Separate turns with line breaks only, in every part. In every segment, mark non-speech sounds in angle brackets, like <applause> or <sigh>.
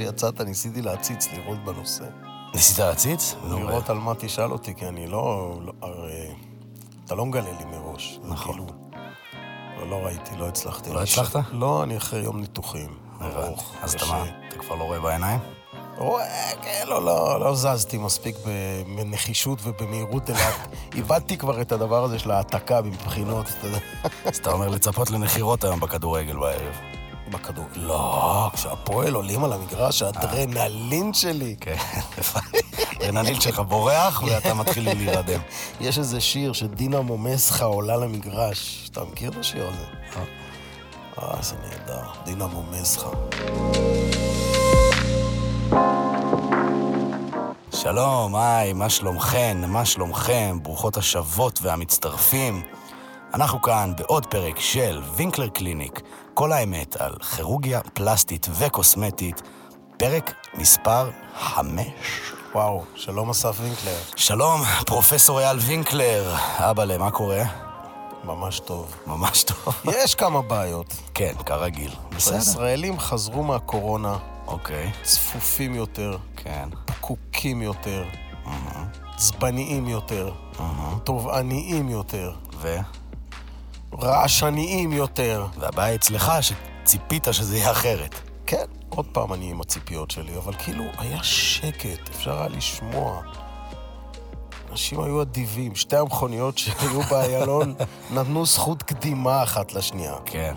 יצאת, ניסיתי להציץ, לראות בנושא.
ניסית להציץ? נו,
לראות על מה תשאל אותי, כי אני לא... לא- הרי אתה לא מגלה לי מראש. זה
נכון.
כאילו, לא, לא ראיתי, לא הצלחתי.
לא
אני-
הצלחת?
לא, אני אחרי יום ניתוחים.
הבנתי.
ארוך.
אז אתה
קשה.
מה, אתה כבר לא רואה בעיניים?
רואה, כן, לא, לא, לא זזתי מספיק בנחישות ובמהירות,
<laughs>
אלא איבדתי כבר את הדבר הזה של העתקה מבחינות, אתה יודע,
אז אתה אומר לצפות לנחירות היום בכדורגל בערב.
בכדור. לא, כשהפועל עולים על המגרש,
אה.
האדרנלין שלי.
כן, רננית שלך בורח ואתה מתחיל להירדם.
יש איזה שיר שדינמו מסחה עולה למגרש. אתה מכיר את השיר הזה? אה, זה נהדר. דינמו מסחה.
שלום, היי, מה שלומכן, מה שלומכם, ברוכות השבות והמצטרפים. אנחנו כאן בעוד פרק של וינקלר קליניק, כל האמת על כירורגיה פלסטית וקוסמטית, פרק מספר 5.
וואו, שלום אסף וינקלר.
שלום, פרופסור אייל וינקלר, אבאלה, מה קורה?
ממש טוב.
ממש טוב. <laughs>
יש כמה בעיות.
כן, כרגיל. בסדר.
הישראלים חזרו מהקורונה,
אוקיי,
צפופים יותר,
כן.
פקוקים יותר, עצבניים יותר, תובעניים יותר,
ו?
רעשניים יותר.
והבעיה אצלך שציפית שזה יהיה אחרת.
כן, עוד פעם אני עם הציפיות שלי, אבל כאילו, היה שקט, אפשר היה לשמוע. אנשים היו אדיבים, שתי המכוניות שהיו <laughs> באיילון נתנו זכות קדימה אחת לשנייה.
כן.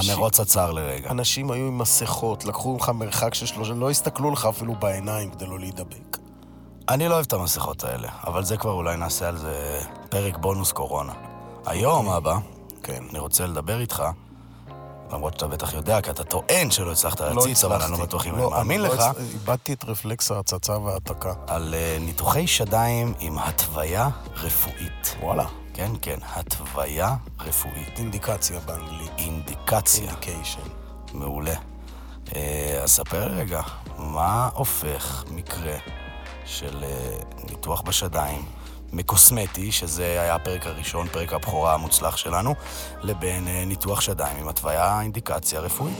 ש-
המרוץ עצר לרגע.
אנשים היו עם מסכות, לקחו ממך מרחק של שלושה, לא הסתכלו לך אפילו בעיניים כדי לא להידבק.
אני לא אוהב את המסכות האלה, אבל זה כבר אולי נעשה על זה פרק בונוס קורונה. היום, אבא,
כן.
אני רוצה לדבר איתך, למרות שאתה בטח יודע, כי אתה טוען שלא הצלחת
לא
להציץ, אבל אני לא
הצלחתי.
בטוח אם אני מאמין
לא
לך,
הצ- איבדתי את רפלקס ההצצה וההעתקה.
על אה, ניתוחי שדיים עם התוויה רפואית.
וואלה.
כן, כן, התוויה רפואית.
אינדיקציה באנגלית.
אינדיקציה.
אינדיקיישן.
מעולה. אה, אז ספר לי רגע, מה הופך מקרה של אה, ניתוח בשדיים מקוסמטי, שזה היה הפרק הראשון, פרק הבכורה המוצלח שלנו, לבין אה, ניתוח שדיים עם התוויה אינדיקציה רפואית?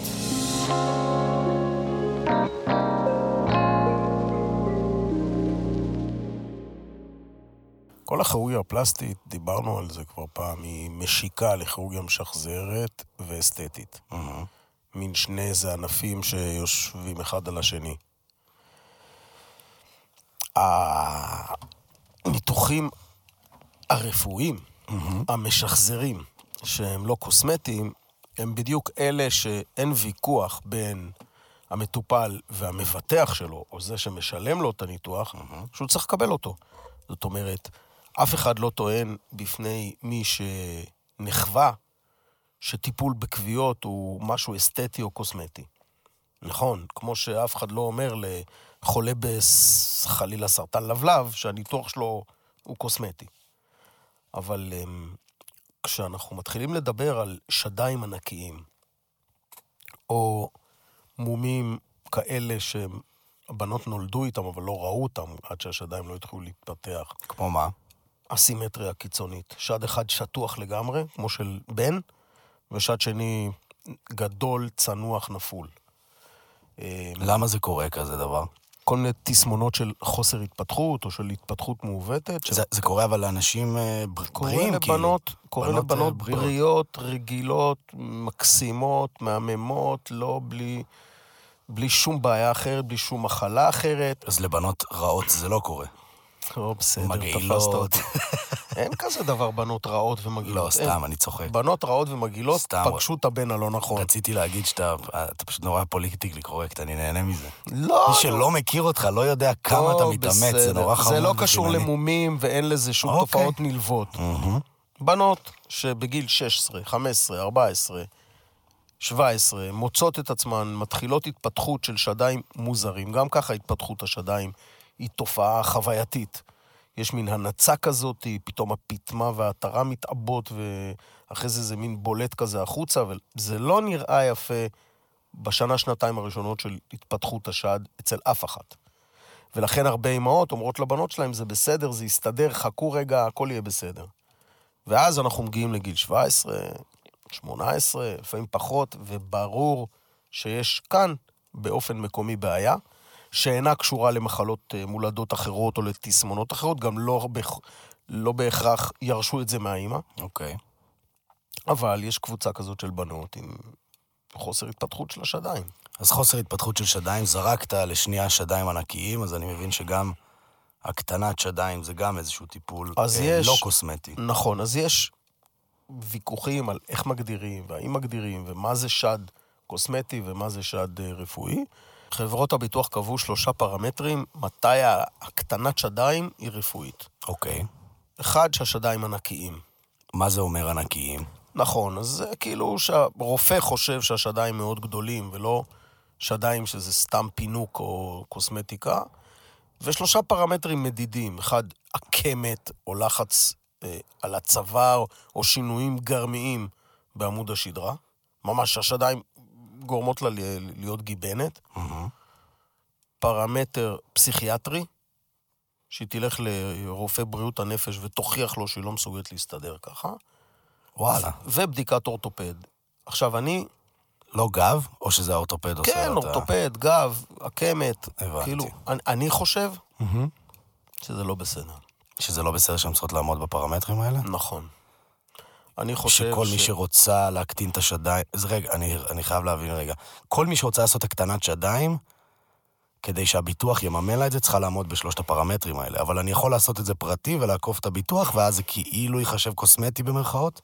כל הכירורגיה הפלסטית, דיברנו על זה כבר פעם, היא משיקה לכירורגיה משחזרת ואסתטית.
מהמם.
מין שני איזה ענפים שיושבים אחד על השני. הניתוחים הרפואיים, המשחזרים, שהם לא קוסמטיים, הם בדיוק אלה שאין ויכוח בין המטופל והמבטח שלו, או זה שמשלם לו את הניתוח, שהוא צריך לקבל אותו. זאת אומרת, אף אחד לא טוען בפני מי שנחווה שטיפול בכוויות הוא משהו אסתטי או קוסמטי. נכון, כמו שאף אחד לא אומר לחולה בחלילה סרטן לבלב, שהניתוח שלו הוא קוסמטי. אבל אמ, כשאנחנו מתחילים לדבר על שדיים ענקיים, או מומים כאלה שהבנות נולדו איתם אבל לא ראו אותם עד שהשדיים לא התחילו להתפתח,
כמו מה?
הסימטריה הקיצונית. שד אחד שטוח לגמרי, כמו של בן, ושד שני גדול, צנוח, נפול. אה,
למה זה קורה כזה דבר?
כל מיני תסמונות של חוסר התפתחות, או של התפתחות מעוותת. ש-
זה, זה קורה אבל לאנשים אה, בר-
קורה
בריאים, כאילו.
לבנות, קורה
בנות, אה,
לבנות
בריאות.
בריאות, רגילות, מקסימות, מהממות, לא בלי... בלי שום בעיה אחרת, בלי שום מחלה אחרת.
כאילו. אז לבנות רעות זה לא קורה.
לא, בסדר, תפסת
מגעילות.
אותי. אה. אין כזה דבר בנות רעות ומגעילות.
<laughs> לא,
אין.
סתם, אני צוחק.
בנות רעות ומגעילות,
סתם.
פגשו את הבן הלא נכון.
רציתי להגיד שאתה אתה פשוט נורא פוליטיקלי קורקט, אני נהנה מזה.
לא,
מי שלא מכיר אותך לא יודע כמה
לא,
אתה מתאמץ, זה
בסדר.
נורא חמור.
זה לא קשור
וחינני.
למומים ואין לזה שום
אוקיי.
תופעות נלוות. בנות שבגיל 16, 15, 14, 17, מוצאות את עצמן, מתחילות התפתחות של שדיים מוזרים. גם ככה התפתחות השדיים היא תופעה חווייתית. יש מין הנצה כזאת, פתאום הפטמה והעטרה מתעבות, ואחרי זה זה מין בולט כזה החוצה, אבל זה לא נראה יפה בשנה, שנתיים הראשונות של התפתחות השד אצל אף אחת. ולכן הרבה אימהות אומרות לבנות שלהם, זה בסדר, זה יסתדר, חכו רגע, הכל יהיה בסדר. ואז אנחנו מגיעים לגיל 17, 18, לפעמים פחות, וברור שיש כאן באופן מקומי בעיה, שאינה קשורה למחלות אה, מולדות אחרות או לתסמונות אחרות, גם לא, בהכ- לא בהכרח ירשו את זה מהאימא,
אוקיי.
אבל יש קבוצה כזאת של בנות עם חוסר התפתחות של השדיים.
אז חוסר התפתחות של שדיים, זרקת לשנייה שדיים ענקיים, אז אני מבין שגם הקטנת שדיים זה גם איזשהו טיפול
אז
אה,
יש-
לא קוסמטי.
נכון, אז יש ויכוחים על איך מגדירים, והאם מגדירים, ומה זה שד קוסמטי ומה זה שד אה, רפואי. חברות הביטוח קבעו שלושה פרמטרים מתי הקטנת שדיים היא רפואית.
אוקיי.
אחד, שהשדיים ענקיים.
מה זה אומר ענקיים?
נכון, אז זה כאילו שהרופא חושב שהשדיים מאוד גדולים, ולא שדיים שזה סתם פינוק או קוסמטיקה. ושלושה פרמטרים מדידים, אחד, עקמת או לחץ אה, על הצוואר, או שינויים גרמיים בעמוד השדרה. ממש, השדיים גורמות לה ל- להיות גיבנת.
מהמם.
פרמטר פסיכיאטרי, שהיא תלך לרופא בריאות הנפש ותוכיח לו שהיא לא מסוגלת להסתדר ככה.
וואלה.
ובדיקת אורתופד. עכשיו, אני,
לא גב, או שזה האורתופד עושה
כן,
את ה-
אורתופד, גב, עקמת,
לא הבנתי.
כאילו, אני, אני חושב
מהמם.
שזה לא בסדר.
שזה לא בסדר שהן צריכות לעמוד בפרמטרים האלה?
נכון. אני חושב
שכל מי שרוצה להקטין את השדיים... אז רגע, אני, אני חייב להבין רגע. כל מי שרוצה לעשות הקטנת שדיים, כדי שהביטוח יממן לה את זה, צריכה לעמוד בשלושת הפרמטרים האלה. אבל אני יכול לעשות את זה פרטי ולעקוף את הביטוח, ואז זה כאילו ייחשב קוסמטי במרכאות?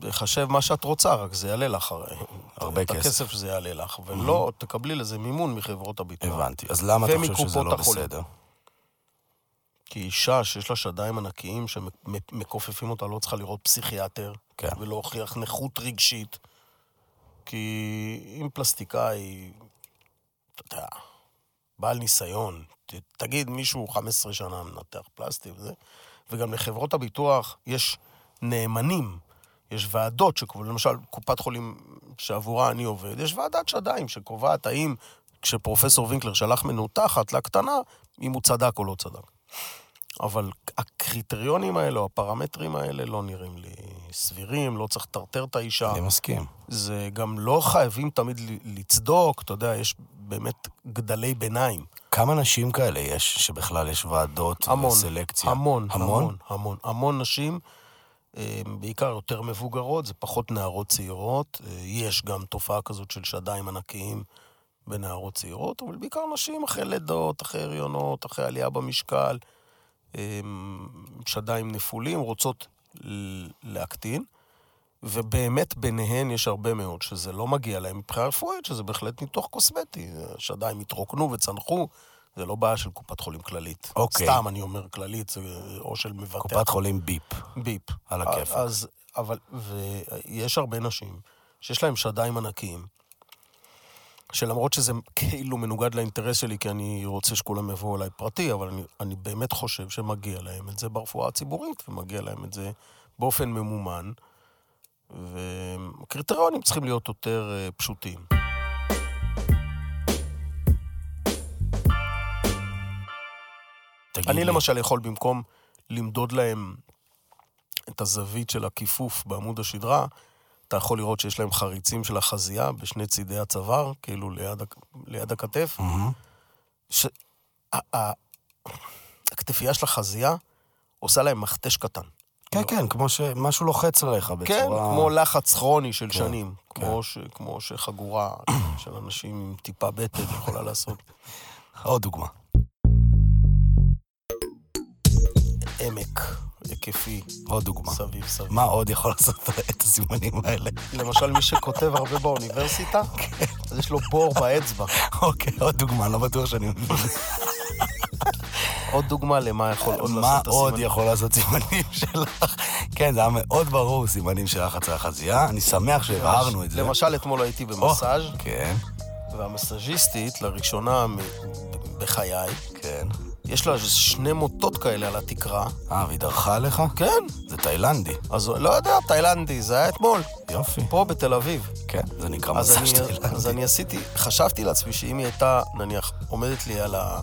תחשב מה שאת רוצה, רק זה יעלה לך הרי.
הרבה
את
כסף.
הכסף שזה יעלה לך, ולא תקבלי לזה מימון מחברות הביטוח.
הבנתי. אז למה אתה חושב שזה
ומקופות
לא
החולים.
בסדר?
כי אישה שיש לה שדיים ענקיים שמכופפים אותה לא צריכה לראות פסיכיאטר,
כן.
ולהוכיח נכות רגשית. כי אם פלסטיקאי, אתה יודע, בעל ניסיון, ת, תגיד מישהו 15 שנה מנתח פלסטי וזה, וגם לחברות הביטוח יש נאמנים, יש ועדות שקובעות, למשל קופת חולים שעבורה אני עובד, יש ועדת שדיים שקובעת האם כשפרופסור וינקלר שלח מנותחת לקטנה, אם הוא צדק או לא צדק. אבל הקריטריונים האלה, או הפרמטרים האלה, לא נראים לי סבירים, לא צריך לטרטר את האישה.
אני מסכים.
זה גם לא חייבים תמיד ל- לצדוק, אתה יודע, יש באמת גדלי ביניים.
כמה נשים כאלה יש, שבכלל יש ועדות
המון.
וסלקציה?
המון,
המון?
המון, המון, המון נשים, אה, בעיקר יותר מבוגרות, זה פחות נערות צעירות. אה, יש גם תופעה כזאת של שדיים ענקיים בנערות צעירות, אבל בעיקר נשים אחרי לידות, אחרי הריונות, אחרי עלייה במשקל, אה, שדיים נפולים, רוצות ל- להקטין. ובאמת ביניהן יש הרבה מאוד שזה לא מגיע להם מבחינה רפואית, שזה בהחלט ניתוח קוסמטי. השדיים התרוקנו וצנחו, זה לא בעיה של קופת חולים כללית.
אוקיי.
סתם אני אומר כללית, זה, או של מבטח.
קופת חולים ביפ.
ביפ.
על הכיפאק.
אז, אבל, ויש הרבה נשים שיש להן שדיים ענקיים, שלמרות שזה כאילו מנוגד לאינטרס שלי, כי אני רוצה שכולם יבואו אליי פרטי, אבל אני, אני באמת חושב שמגיע להם את זה ברפואה הציבורית, ומגיע להם את זה באופן ממומן, והקריטריונים צריכים להיות יותר אה, פשוטים.
תגיד
אני
לי,
למשל יכול במקום למדוד להם את הזווית של הכיפוף בעמוד השדרה, אתה יכול לראות שיש להם חריצים של החזייה בשני צידי הצוואר, כאילו ליד, הכ- ליד הכתף.
מהמם.
ש... ה- ה- הכתפייה של החזייה עושה להם מכתש קטן.
כן, כן, כמו שמשהו לוחץ עליך בצורה...
כן, כמו לחץ כרוני של שנים.
כן.
כמו, ש... כמו שחגורה של אנשים עם טיפה בטן יכולה לעשות.
עוד דוגמה.
עמק היקפי
עוד דוגמה.
סביב סביב.
מה עוד יכול לעשות את הסימנים האלה?
למשל, מי שכותב הרבה באוניברסיטה,
כן.
אז יש לו בור באצבע.
אוקיי, עוד דוגמה, לא בטוח שאני מבין.
עוד דוגמה למה יכול עוד
מה
לעשות את
עוד
הסימן.
יכול לעשות סימנים שלך? כן, זה היה מאוד ברור, סימנים של לחץ על החזייה. אני שמח שהבהרנו את זה.
למשל, אתמול הייתי
או,
במסאז',
כן,
והמסאז'יסטית, לראשונה מ- בחיי,
כן.
יש לה שני מוטות כאלה על התקרה.
אה, והיא דרכה עליך?
כן,
זה תאילנדי.
אז לא יודע, תאילנדי, זה היה אתמול,
יופי.
פה בתל אביב.
כן, זה נקרא
אז
מסע
אני,
תאילנדי.
אז אני עשיתי, חשבתי לעצמי שאם היא הייתה, נניח, עומדת לי על ה...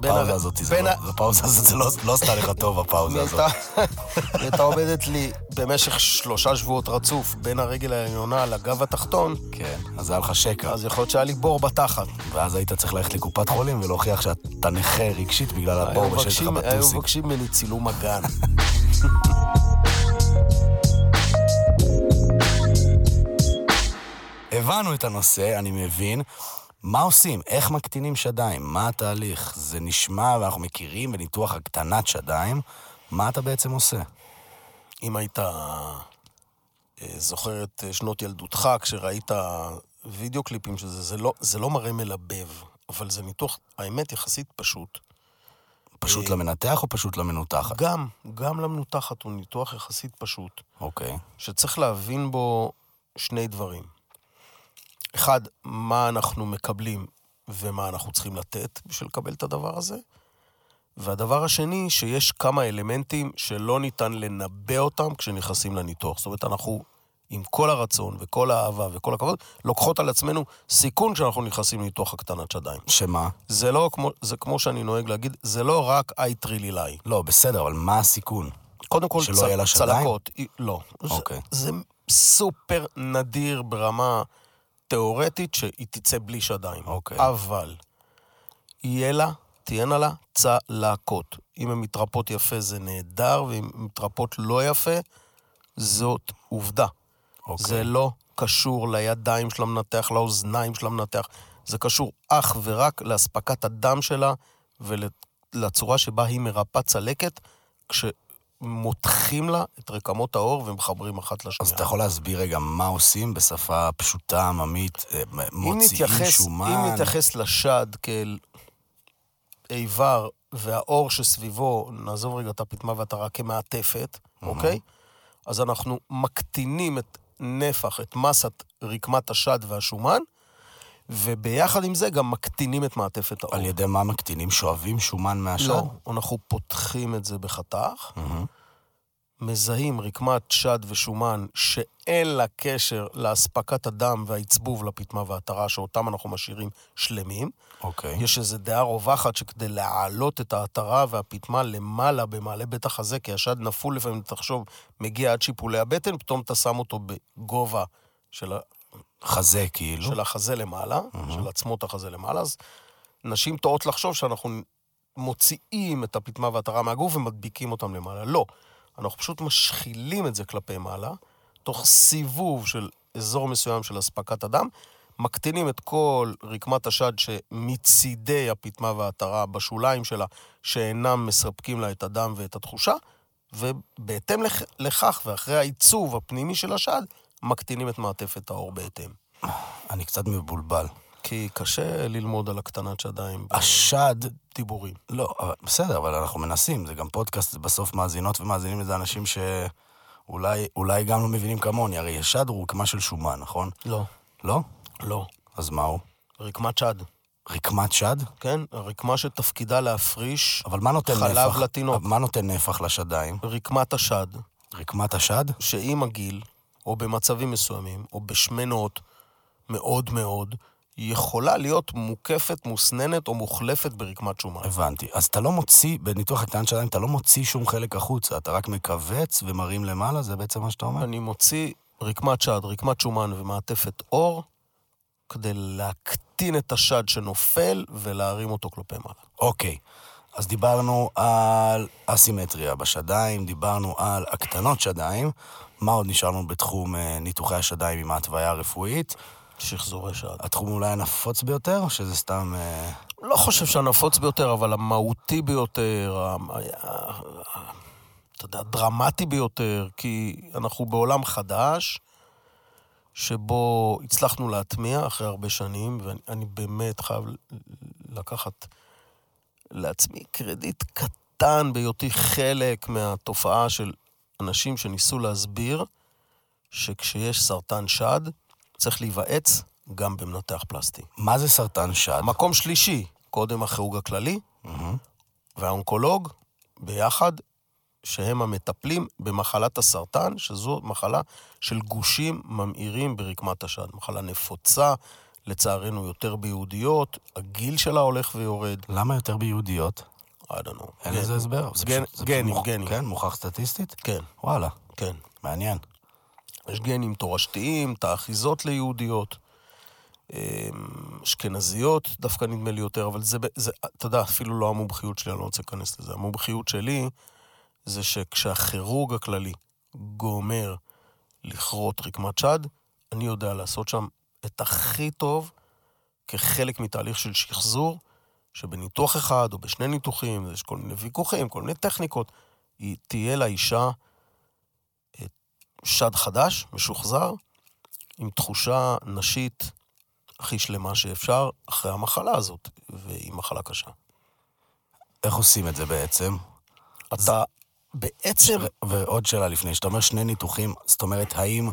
בין הר-
הפאוזה הזאת, זה
בין
לא-
ה-
הפאוזה הזאת, זה לא- לא עשתה לך טוב, הפאוזה הזאת.
היא הייתה עובדת לי במשך שלושה שבועות רצוף בין הרגל העליונה לגב התחתון,
כן, אז היה לך שקע.
אז יכול להיות שהיה לי בור בתחת.
ואז היית צריך ללכת לקופת חולים ולהוכיח שאתה נכה רגשית בגלל
היו
הבור בשטח
מבקשים- היו
בטוסיק.
מבקשים ממני צילום אגן.
הבנו את הנושא, אני מבין. מה עושים? איך מקטינים שדיים? מה התהליך? זה נשמע, ואנחנו מכירים בניתוח הקטנת שדיים. מה אתה בעצם עושה?
אם היית אה, זוכר את אה, שנות ילדותך, כשראית וידאו קליפים של זה, זה לא, זה לא מראה מלבב, אבל זה ניתוח, האמת, יחסית פשוט. אה.
פשוט למנתח או פשוט למנותחת?
גם, גם למנותחת הוא ניתוח יחסית פשוט,
אוקיי.
שצריך להבין בו שני דברים. אחד, מה אנחנו מקבלים ומה אנחנו צריכים לתת בשביל לקבל את הדבר הזה. והדבר השני, שיש כמה אלמנטים שלא ניתן לנבא אותם כשנכנסים לניתוח. זאת אומרת, אנחנו, עם כל הרצון וכל האהבה וכל הכבוד, לוקחות על עצמנו סיכון כשאנחנו נכנסים לניתוח הקטנת שדיים.
שמה?
זה לא, כמו, זה כמו שאני נוהג להגיד, זה לא רק אי טרילילאי.
לא, בסדר, אבל מה הסיכון?
קודם כל,
שלא
צל-
יהיה לה שדיים?
צלקות. אי- לא. זה-
אוקיי.
זה סופר נדיר ברמה תיאורטית שהיא תצא בלי שדיים.
אוקיי.
אבל יהיה לה, תהיינה לה צלקות. אם הן מתרפות יפה זה נהדר, ואם הן מתרפות לא יפה, זאת עובדה.
אוקיי.
זה לא קשור לידיים של המנתח, לאוזניים של המנתח, זה קשור אך ורק לאספקת הדם שלה ולצורה שבה היא מרפאה צלקת, כשמותחים לה את רקמות העור ומחברים אחת לשנייה.
אז אתה יכול להסביר רגע מה עושים בשפה פשוטה, עממית, אה,
אם
מוציאים
נתייחס-
שומן?
אם נתייחס לשד כאל איבר והאור שסביבו, נעזוב רגע את הפטמה והטרה כמעטפת, אוקיי? אז אנחנו מקטינים את נפח, את מסת רקמת השד והשומן, וביחד עם זה גם מקטינים את מעטפת האור.
על ידי מה מקטינים? שואבים שומן מהשד?
לא, אנחנו פותחים את זה בחתך, מזהים רקמת שד ושומן שאין לה קשר לאספקת הדם והעצבוב לפטמה וההתרה, שאותם אנחנו משאירים שלמים.
אוקיי.
יש איזו דעה רווחת שכדי להעלות את ההתרה והפטמה למעלה במעלה בית החזה, כי השד נפול לפעמים, תחשוב, מגיע עד שיפולי הבטן, פתאום אתה שם אותו בגובה של, ה-
חזה כאילו.
של החזה למעלה, של עצמות החזה למעלה, אז נשים טועות לחשוב שאנחנו מוציאים את הפטמה וההתרה מהגוף ומדביקים אותם למעלה. לא, אנחנו פשוט משחילים את זה כלפי מעלה, תוך סיבוב של אזור מסוים של אספקת הדם, מקטינים את כל רקמת השד שמצידי הפטמה וההתרה בשוליים שלה, שאינם מספקים לה את הדם ואת התחושה, ובהתאם לכ- לכך ואחרי העיצוב הפנימי של השד, מקטינים את מעטפת העור בהתאם.
אני קצת מבולבל.
כי קשה ללמוד על הקטנת שדיים
אה, השד,
בדיבורים.
לא, אבל- בסדר, אבל אנחנו מנסים, זה גם פודקאסט, זה בסוף מאזינות ומאזינים לזה אנשים שאולי אולי גם לא מבינים כמוני, הרי השד הוא רקמה של שומן, נכון?
לא.
לא?
לא.
אז מה הוא?
רקמת שד,
רקמת שד?
כן? הרקמה שתפקידה להפריש
אבל מה נותן
חלב
נפח?
לתינוק.
מה נותן נפח לשדיים?
רקמת השד,
רקמת השד?
שעם הגיל, או במצבים מסוימים, או בשמנות מאוד מאוד, היא יכולה להיות מוקפת, מוסננת או מוחלפת ברקמת שומן.
הבנתי. אז אתה לא מוציא, בניתוח הקטן שלהם, אתה לא מוציא שום חלק החוצה, אתה רק מכווץ ומרים למעלה, זה בעצם מה שאתה אומר?
אני מוציא רקמת שד, רקמת שומן ומעטפת אור, כדי להקטין את השד שנופל ולהרים אותו כלפי מעלה.
אוקיי. אז דיברנו על אסימטריה בשדיים, דיברנו על הקטנות שדיים. מה עוד נשארנו בתחום אה, ניתוחי השדיים עם ההתוויה הרפואית?
שחזורי שד.
התחום אולי הנפוץ ביותר, או שזה סתם... אה,
לא חושב שהנפוץ ביותר, אבל המהותי ביותר, ה- ה- ה- ה- אתה יודע, הדרמטי ביותר, כי אנחנו בעולם חדש, שבו הצלחנו להטמיע אחרי הרבה שנים, ואני אני באמת חייב ל- לקחת לעצמי קרדיט קטן בהיותי חלק מהתופעה של אנשים שניסו להסביר שכשיש סרטן שד, צריך להיוועץ גם במנתח פלסטי.
מה זה סרטן שד?
מקום שלישי, קודם הכירוג הכללי והאונקולוג, ביחד, שהם המטפלים במחלת הסרטן, שזו מחלה של גושים ממאירים ברקמת השד. מחלה נפוצה, לצערנו יותר ביהודיות, הגיל שלה הולך ויורד,
למה יותר ביהודיות?
I don't know.
אין
גן-
לזה הסבר. זה
גן-
פשוט- זה
גנים,
מוכ-
גנים.
כן, מוכח סטטיסטית?
כן,
וואלה,
כן.
מעניין.
יש גנים תורשתיים, תאחיזות ליהודיות, אמ, אשכנזיות דווקא נדמה לי יותר, אבל זה, ב- זה, אתה יודע, אפילו לא המומחיות שלי, אני לא רוצה להיכנס לזה. המומחיות שלי זה שכשהכירוג הכללי גומר לכרות רקמת שד, אני יודע לעשות שם את הכי טוב כחלק מתהליך של שחזור, שבניתוח אחד או בשני ניתוחים, יש כל מיני ויכוחים, כל מיני טכניקות, היא תהיה לאישה אה, שד חדש, משוחזר, עם תחושה נשית הכי שלמה שאפשר אחרי המחלה הזאת, והיא מחלה קשה.
איך עושים את זה בעצם?
אתה בעצם...
ו- ועוד שאלה לפני, שאתה אומר שני ניתוחים, זאת אומרת, האם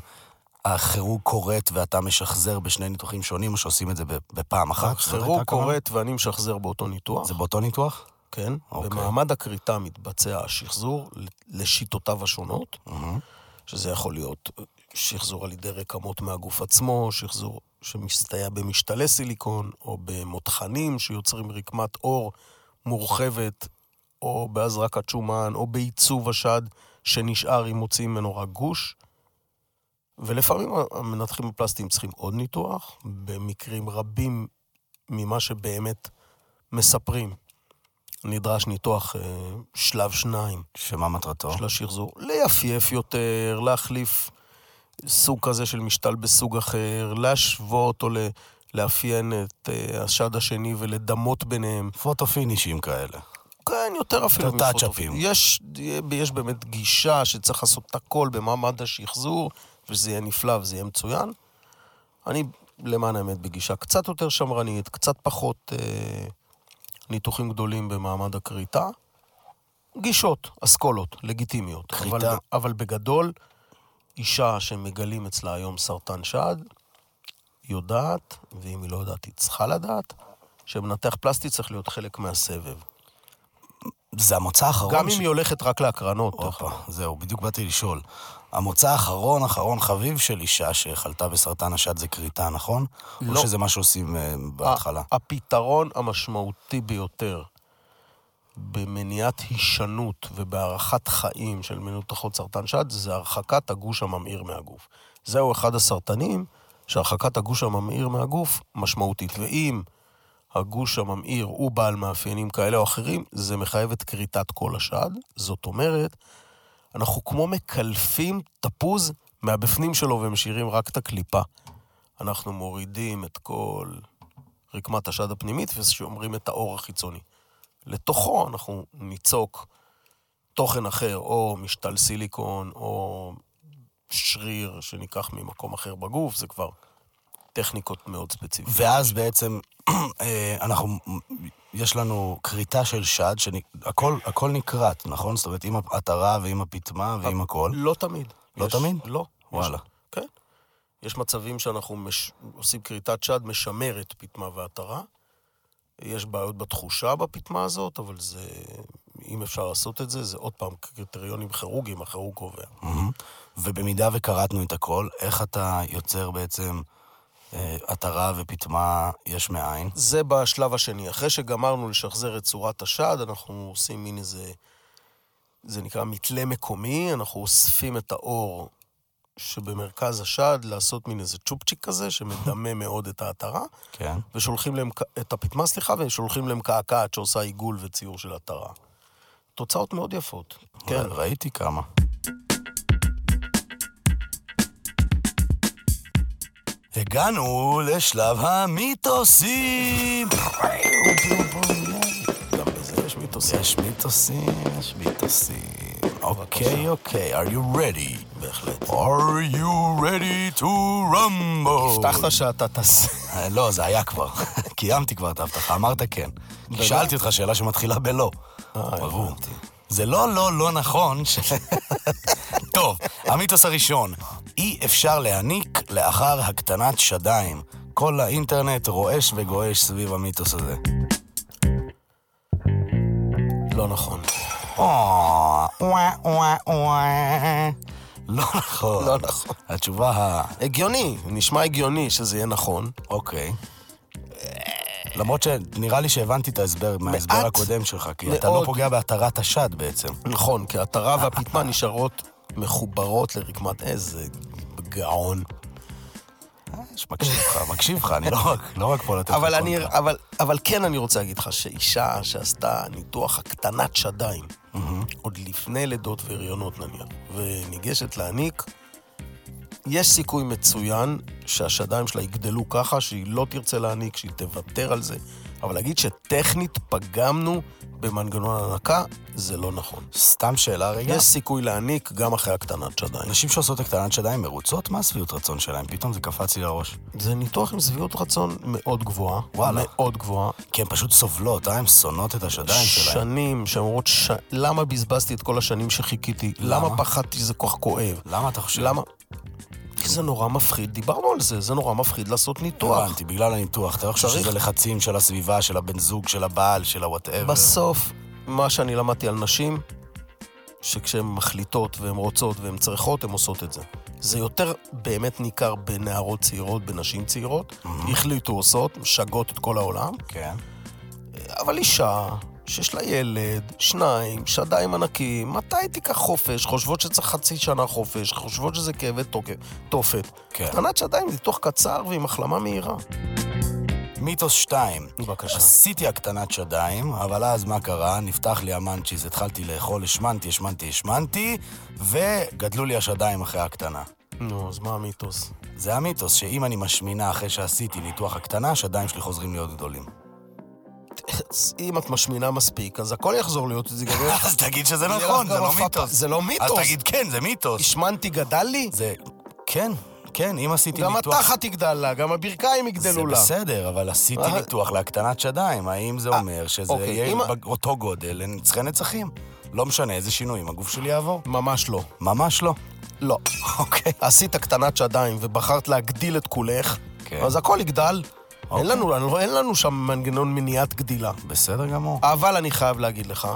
החירום כורת ואתה משחזר בשני ניתוחים שונים, או שעושים את זה ב- בפעם אחת? זאת
החירום
הייתה הכוונה?
כורת ואני משחזר באותו ניתוח.
זה באותו ניתוח?
כן?
אוקיי.
במעמד הכריתה מתבצע השחזור לשיטותיו השונות,
מהמם.
שזה יכול להיות שחזור על ידי רקמות מהגוף עצמו, שחזור שמסתייע במשתלי סיליקון, או במותחנים שיוצרים רקמת עור מורחבת, או בהזרקת שומן, או בעיצוב השד שנשאר אם מוציאים ממנו רק גוש. ולפעמים המנתחים הפלסטיים צריכים עוד ניתוח, במקרים רבים ממה שבאמת מספרים. נדרש ניתוח אה, שלב שניים
שמה מטרתו?
של השחזור. ליפייף יותר, להחליף סוג כזה של משתל בסוג אחר, להשוות או ל- לאפיין את אה, השד השני ולדמות ביניהם.
פוטו פינישים כאלה.
כן, יותר אפילו
יותר
מפוטו-
טאצ'אפים.
יש, יש באמת גישה שצריך לעשות את הכל במעמד השחזור, וזה יהיה נפלא וזה יהיה מצוין. אני, למען האמת, בגישה קצת יותר שמרנית, קצת פחות אה, ניתוחים גדולים במעמד הכריתה. גישות, אסכולות, לגיטימיות.
כריתה.
אבל, אבל בגדול, אישה שמגלים אצלה היום סרטן שד, יודעת, ואם היא לא יודעת, היא צריכה לדעת, שמנתח פלסטי צריך להיות חלק מהסבב.
זה המוצא האחרון
גם
ש- אוקיי.
אם היא הולכת רק להקרנות.
הופה, זהו, בדיוק באתי לשאול. המוצא האחרון, אחרון חביב של אישה שחלתה בסרטן השד זה כריתה, נכון?
לא.
או שזה מה שעושים אה, בהתחלה?
ה- הפתרון המשמעותי ביותר במניעת הישנות ובהארכת חיים של מנותחות סרטן שד זה הרחקת הגוש הממאיר מהגוף. זהו אחד הסרטנים שהרחקת הגוש הממאיר מהגוף משמעותית. ואם הגוש הממאיר הוא בעל מאפיינים כאלה או אחרים, זה מחייב את כריתת כל השד. זאת אומרת, אנחנו כמו מקלפים תפוז מהבפנים שלו ומשאירים רק את הקליפה. אנחנו מורידים את כל רקמת השד הפנימית ושומרים את האור החיצוני. לתוכו אנחנו ניצוק תוכן אחר, או משתל סיליקון, או שריר שניקח ממקום אחר בגוף, זה כבר טכניקות מאוד ספציפיות.
ואז בעצם <clears throat> אה, אנחנו, יש לנו כריתה של שד, שהכל הכל נקרט, נכון? זאת אומרת, עם הטרה ועם הפיטמה ועם הכל.
לא תמיד.
לא
יש-
תמיד?
לא.
וואלה.
יש- כן. יש מצבים שאנחנו מש... עושים כריתת שד משמרת פיטמה והתרה. יש בעיות בתחושה בפיטמה הזאת, אבל זה... אם אפשר לעשות את זה, זה עוד פעם קריטריונים כירורגיים, הכירורג קובע.
מהמם. ובמידה וקרטנו את הכל, איך אתה יוצר בעצם אה, עטרה ופיטמה יש מאין?
זה בשלב השני. אחרי שגמרנו לשחזר את צורת השד, אנחנו עושים מין איזה... זה נקרא מתלה מקומי, אנחנו אוספים את האור שבמרכז השד, לעשות מין איזה צ'ופצ'יק כזה, שמדמה מאוד את העטרה,
כן.
ושולחים להם את הפטמה, סליחה, ושולחים להם קעקעת שעושה עיגול וציור של עטרה. תוצאות מאוד יפות. כן.
ר- ראיתי כמה. הגענו לשלב המיתוסים!
גם בזה יש מיתוסים.
יש מיתוסים, יש מיתוסים. אוקיי, אוקיי, are you ready?
בהחלט.
are you ready to rumble?
הבטחת שאתה תעשה...
אה, לא, זה היה כבר. <laughs> קיימתי כבר את ההבטחה, אמרת כן. כי שאלתי אותך שאלה שמתחילה בלא. ברור. זה לא לא לא נכון ש... <laughs> טוב, המיתוס הראשון. אי אפשר להניק לאחר הקטנת שדיים. כל האינטרנט רועש וגועש סביב המיתוס הזה.
לא נכון.
או, וואה, וואה, וואה. לא נכון.
לא נכון.
התשובה ה...
הגיוני, נשמע הגיוני שזה יהיה נכון.
אוקיי. למרות שנראה לי שהבנתי את ההסבר מההסבר
מעט
הקודם שלך, כי אתה לא
מאוד.
פוגע בהתרת השד בעצם.
נכון, כי התרה והפיטמה נשארות מחוברות לרקמת איזה גאון.
יש, מקשיב לך, מקשיב לך,
<laughs>
אני לא רק- לא רק פה לתת לך
אבל, אני,
קונטרה.
אבל, אבל כן אני רוצה להגיד לך שאישה שעשתה ניתוח הקטנת שדיים, עוד לפני לידות והריונות נניח, וניגשת להניק, יש סיכוי מצוין שהשדיים שלה יגדלו ככה, שהיא לא תרצה להניק, שהיא תוותר על זה. אבל להגיד שטכנית פגמנו במנגנון הנקה, זה לא נכון.
סתם שאלה רגע.
יש סיכוי להניק גם אחרי הקטנת שדיים.
נשים שעושות הקטנת שדיים מרוצות מהשביעות רצון שלהם, פתאום זה קפץ לי לראש.
זה ניתוח עם שביעות רצון מאוד גבוהה.
וואלה.
מאוד גבוהה.
כי הן פשוט סובלות, אה? הן שונאות את השדיים שלהן.
שנים שאומרות, ש... למה בזבזתי את כל השנים שחיכיתי?
למה?
למה, פחדתי? זה כל כך כואב.
למה אתה חושב?
למה? כי זה נורא מפחיד, דיברנו על זה, זה נורא מפחיד לעשות ניתוח.
הבנתי, בגלל הניתוח. אתה לא חושב
צריך-
שזה לחצים של הסביבה, של הבן זוג, של הבעל, של הוואטאבר.
בסוף, מה שאני למדתי על נשים, שכשהן מחליטות והן רוצות והן צריכות, הן עושות את זה. זה יותר באמת ניכר בנערות צעירות, בנשים צעירות. החליטו עושות, משגעות את כל העולם.
כן.
אבל אישה שיש לה ילד, שניים, שדיים ענקים, מתי תיקח חופש? חושבות שצריך חצי שנה חופש, חושבות שזה כאבי תוקף- תופת.
כן.
קטנת שדיים, ניתוח קצר ועם החלמה מהירה.
מיתוס 2.
בבקשה.
עשיתי הקטנת שדיים, אבל אז מה קרה? נפתח לי המאנצ'יז, התחלתי לאכול, השמנתי, השמנתי, השמנתי, וגדלו לי השדיים אחרי ההקטנה.
נו, אז מה המיתוס?
זה המיתוס, שאם אני משמינה אחרי שעשיתי ניתוח הקטנה, השדיים שלי חוזרים להיות גדולים.
אם את משמינה מספיק, אז הכל יחזור להיות זה גם יהיה-
<laughs> אז תגיד שזה
יהיה לך
<laughs> נכון, זה
גם
לא
הפאפה-
מיתוס.
זה לא
אז
מיתוס.
תגיד כן, זה מיתוס.
השמנתי גדל לי?
זה... כן, כן, אם עשיתי
גם
ניתוח...
התחת יגדל לה, גם הברכיים יגדלו לה.
זה בסדר, אבל עשיתי
אה.
ניתוח להקטנת שדיים. האם זה אומר שזה
אוקיי,
יהיה
אם ה-
באותו גודל לנצחי נצחים? לא משנה איזה שינויים הגוף שלי יעבור.
ממש לא.
ממש לא. <laughs>
לא.
אוקיי.
עשית קטנת שדיים ובחרת להגדיל את כולך,
כן.
אז הכל יגדל.
אוקיי.
אין לנו- אין לנו שם מנגנון מניעת גדילה.
בסדר גמור.
אבל אני חייב להגיד לך,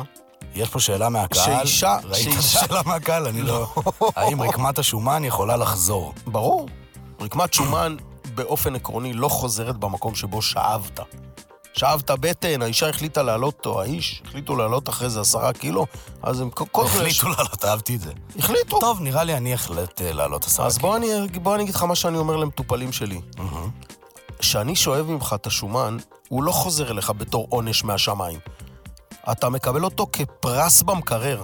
יש פה שאלה מהקהל.
שאישה-
ראית את
שאישה-
השאלה מהקהל? אני
<laughs>
לא... האם רקמת השומן יכולה לחזור?
ברור, רקמת שומן באופן עקרוני לא חוזרת במקום שבו שאבת. שאבת בטן, האישה החליטה לעלות אותו, האיש החליטו לעלות אחרי זה עשרה קילו, אז הם כל- כל זה...
החליטו לעלות, אהבתי את זה.
החליטו.
טוב, נראה לי אני החלט אה, לעלות עשרה
אז בוא אני, בוא אני אגיד לך מה שאני אומר למטופלים שלי. כשאני שואב ממך את השומן, הוא לא חוזר אליך בתור עונש מהשמיים. אתה מקבל אותו כפרס במקרר.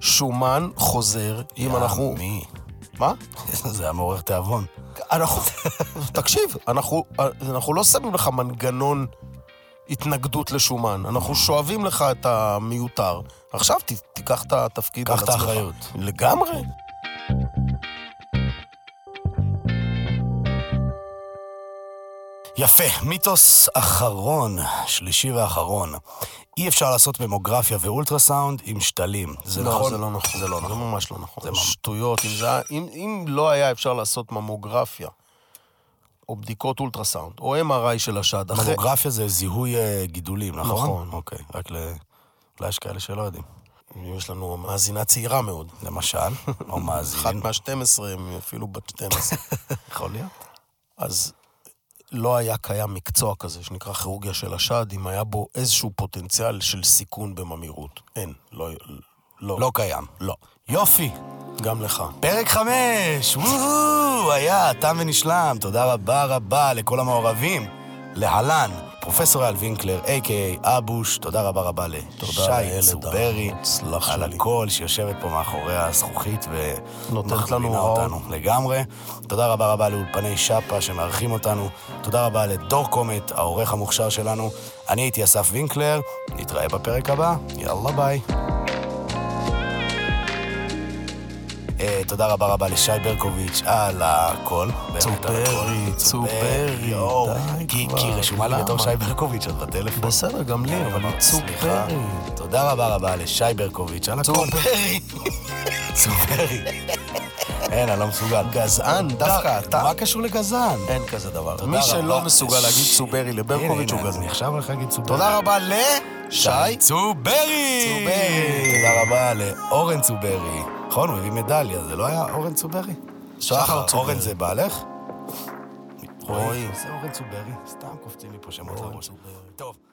שומן חוזר, אם אנחנו...
מי? <laughs>
מה?
זה היה מעורר תיאבון.
אנחנו, <laughs> תקשיב, אנחנו, אנחנו לא שמים לך מנגנון התנגדות לשומן, אנחנו שואבים לך את המיותר. עכשיו ת, תיקח את התפקיד
קח
על
את
עצמך.
האחריות.
לגמרי.
יפה, מיתוס אחרון, שלישי ואחרון. אי אפשר לעשות ממוגרפיה ואולטרסאונד עם שתלים. זה
לא,
נכון?
זה לא נכון.
זה לא נכון.
זה ממש לא נכון. זה
זה ממ-
שטויות. אם, זה, היה- אם, אם לא היה אפשר לעשות ממוגרפיה, או בדיקות אולטרסאונד, או MRI של השד, אחרי...
ממוגרפיה זה זיהוי אה, גידולים, נכון?
נכון.
אוקיי, רק ל... אולי יש כאלה שלא יודעים.
יש לנו מאזינה צעירה מאוד.
למשל, <laughs> או
אחת
מאזין,
מה-12, אפילו בת <laughs> 12.
יכול להיות.
אז לא היה קיים מקצוע כזה שנקרא כירורגיה של השד, אם היה בו איזשהו פוטנציאל של סיכון בממאירות. אין, לא, לא,
לא קיים.
לא.
יופי,
גם לך.
פרק חמש, וואו, היה תם ונשלם. תודה רבה רבה לכל המעורבים. להלן, פרופסור אייל וינקלר, a.k.a. אבוש, תודה רבה רבה
לילד
לשי צוברי,
המוצלח
על
שלי.
הכל שיושבת פה מאחורי הזכוכית
נותנת
ומכווינה
לנו הוראות.
אותנו לגמרי. תודה רבה רבה לאולפני שפה שמארחים אותנו. תודה רבה לדור קומט, העורך המוכשר שלנו. אני הייתי אסף וינקלר, נתראה בפרק הבא, יאללה ביי. אה, תודה רבה רבה לשי ברקוביץ' על הכל. באמת על
צוברי,
הכל.
צוברי,
יואו,
די
כי
כבר,
כי היא רשומה לי
למה?
בתור שי ברקוביץ', אז בטלפון.
בסדר, גם לי, אבל לא היא
סליחה.
צופרי.
תודה רבה רבה לשי ברקוביץ' על הכל.
צופרי.
צוברי. אין, אני לא מסוגל.
גזען, דווקא אתה.
מה קשור לגזען?
אין כזה דבר.
תודה
מי
רבה.
שלא מסוגל להגיד
ש-
צוברי
הנה,
לברקוביץ'
הנה,
הוא
אז
גזען.
אני עכשיו הולך להגיד צוברי.
תודה רבה ל... שי?
צוברי!
צוברי.
תודה רבה לאורן צוברי. נכון, הוא הביא מדליה, זה לא היה אורן צוברי?
שחר צוברי.
אורן זה בעלך?
רועי.
זה אורן צוברי, סתם קופצים לי פה שמות
אורן
לראש.
צוברי.
טוב.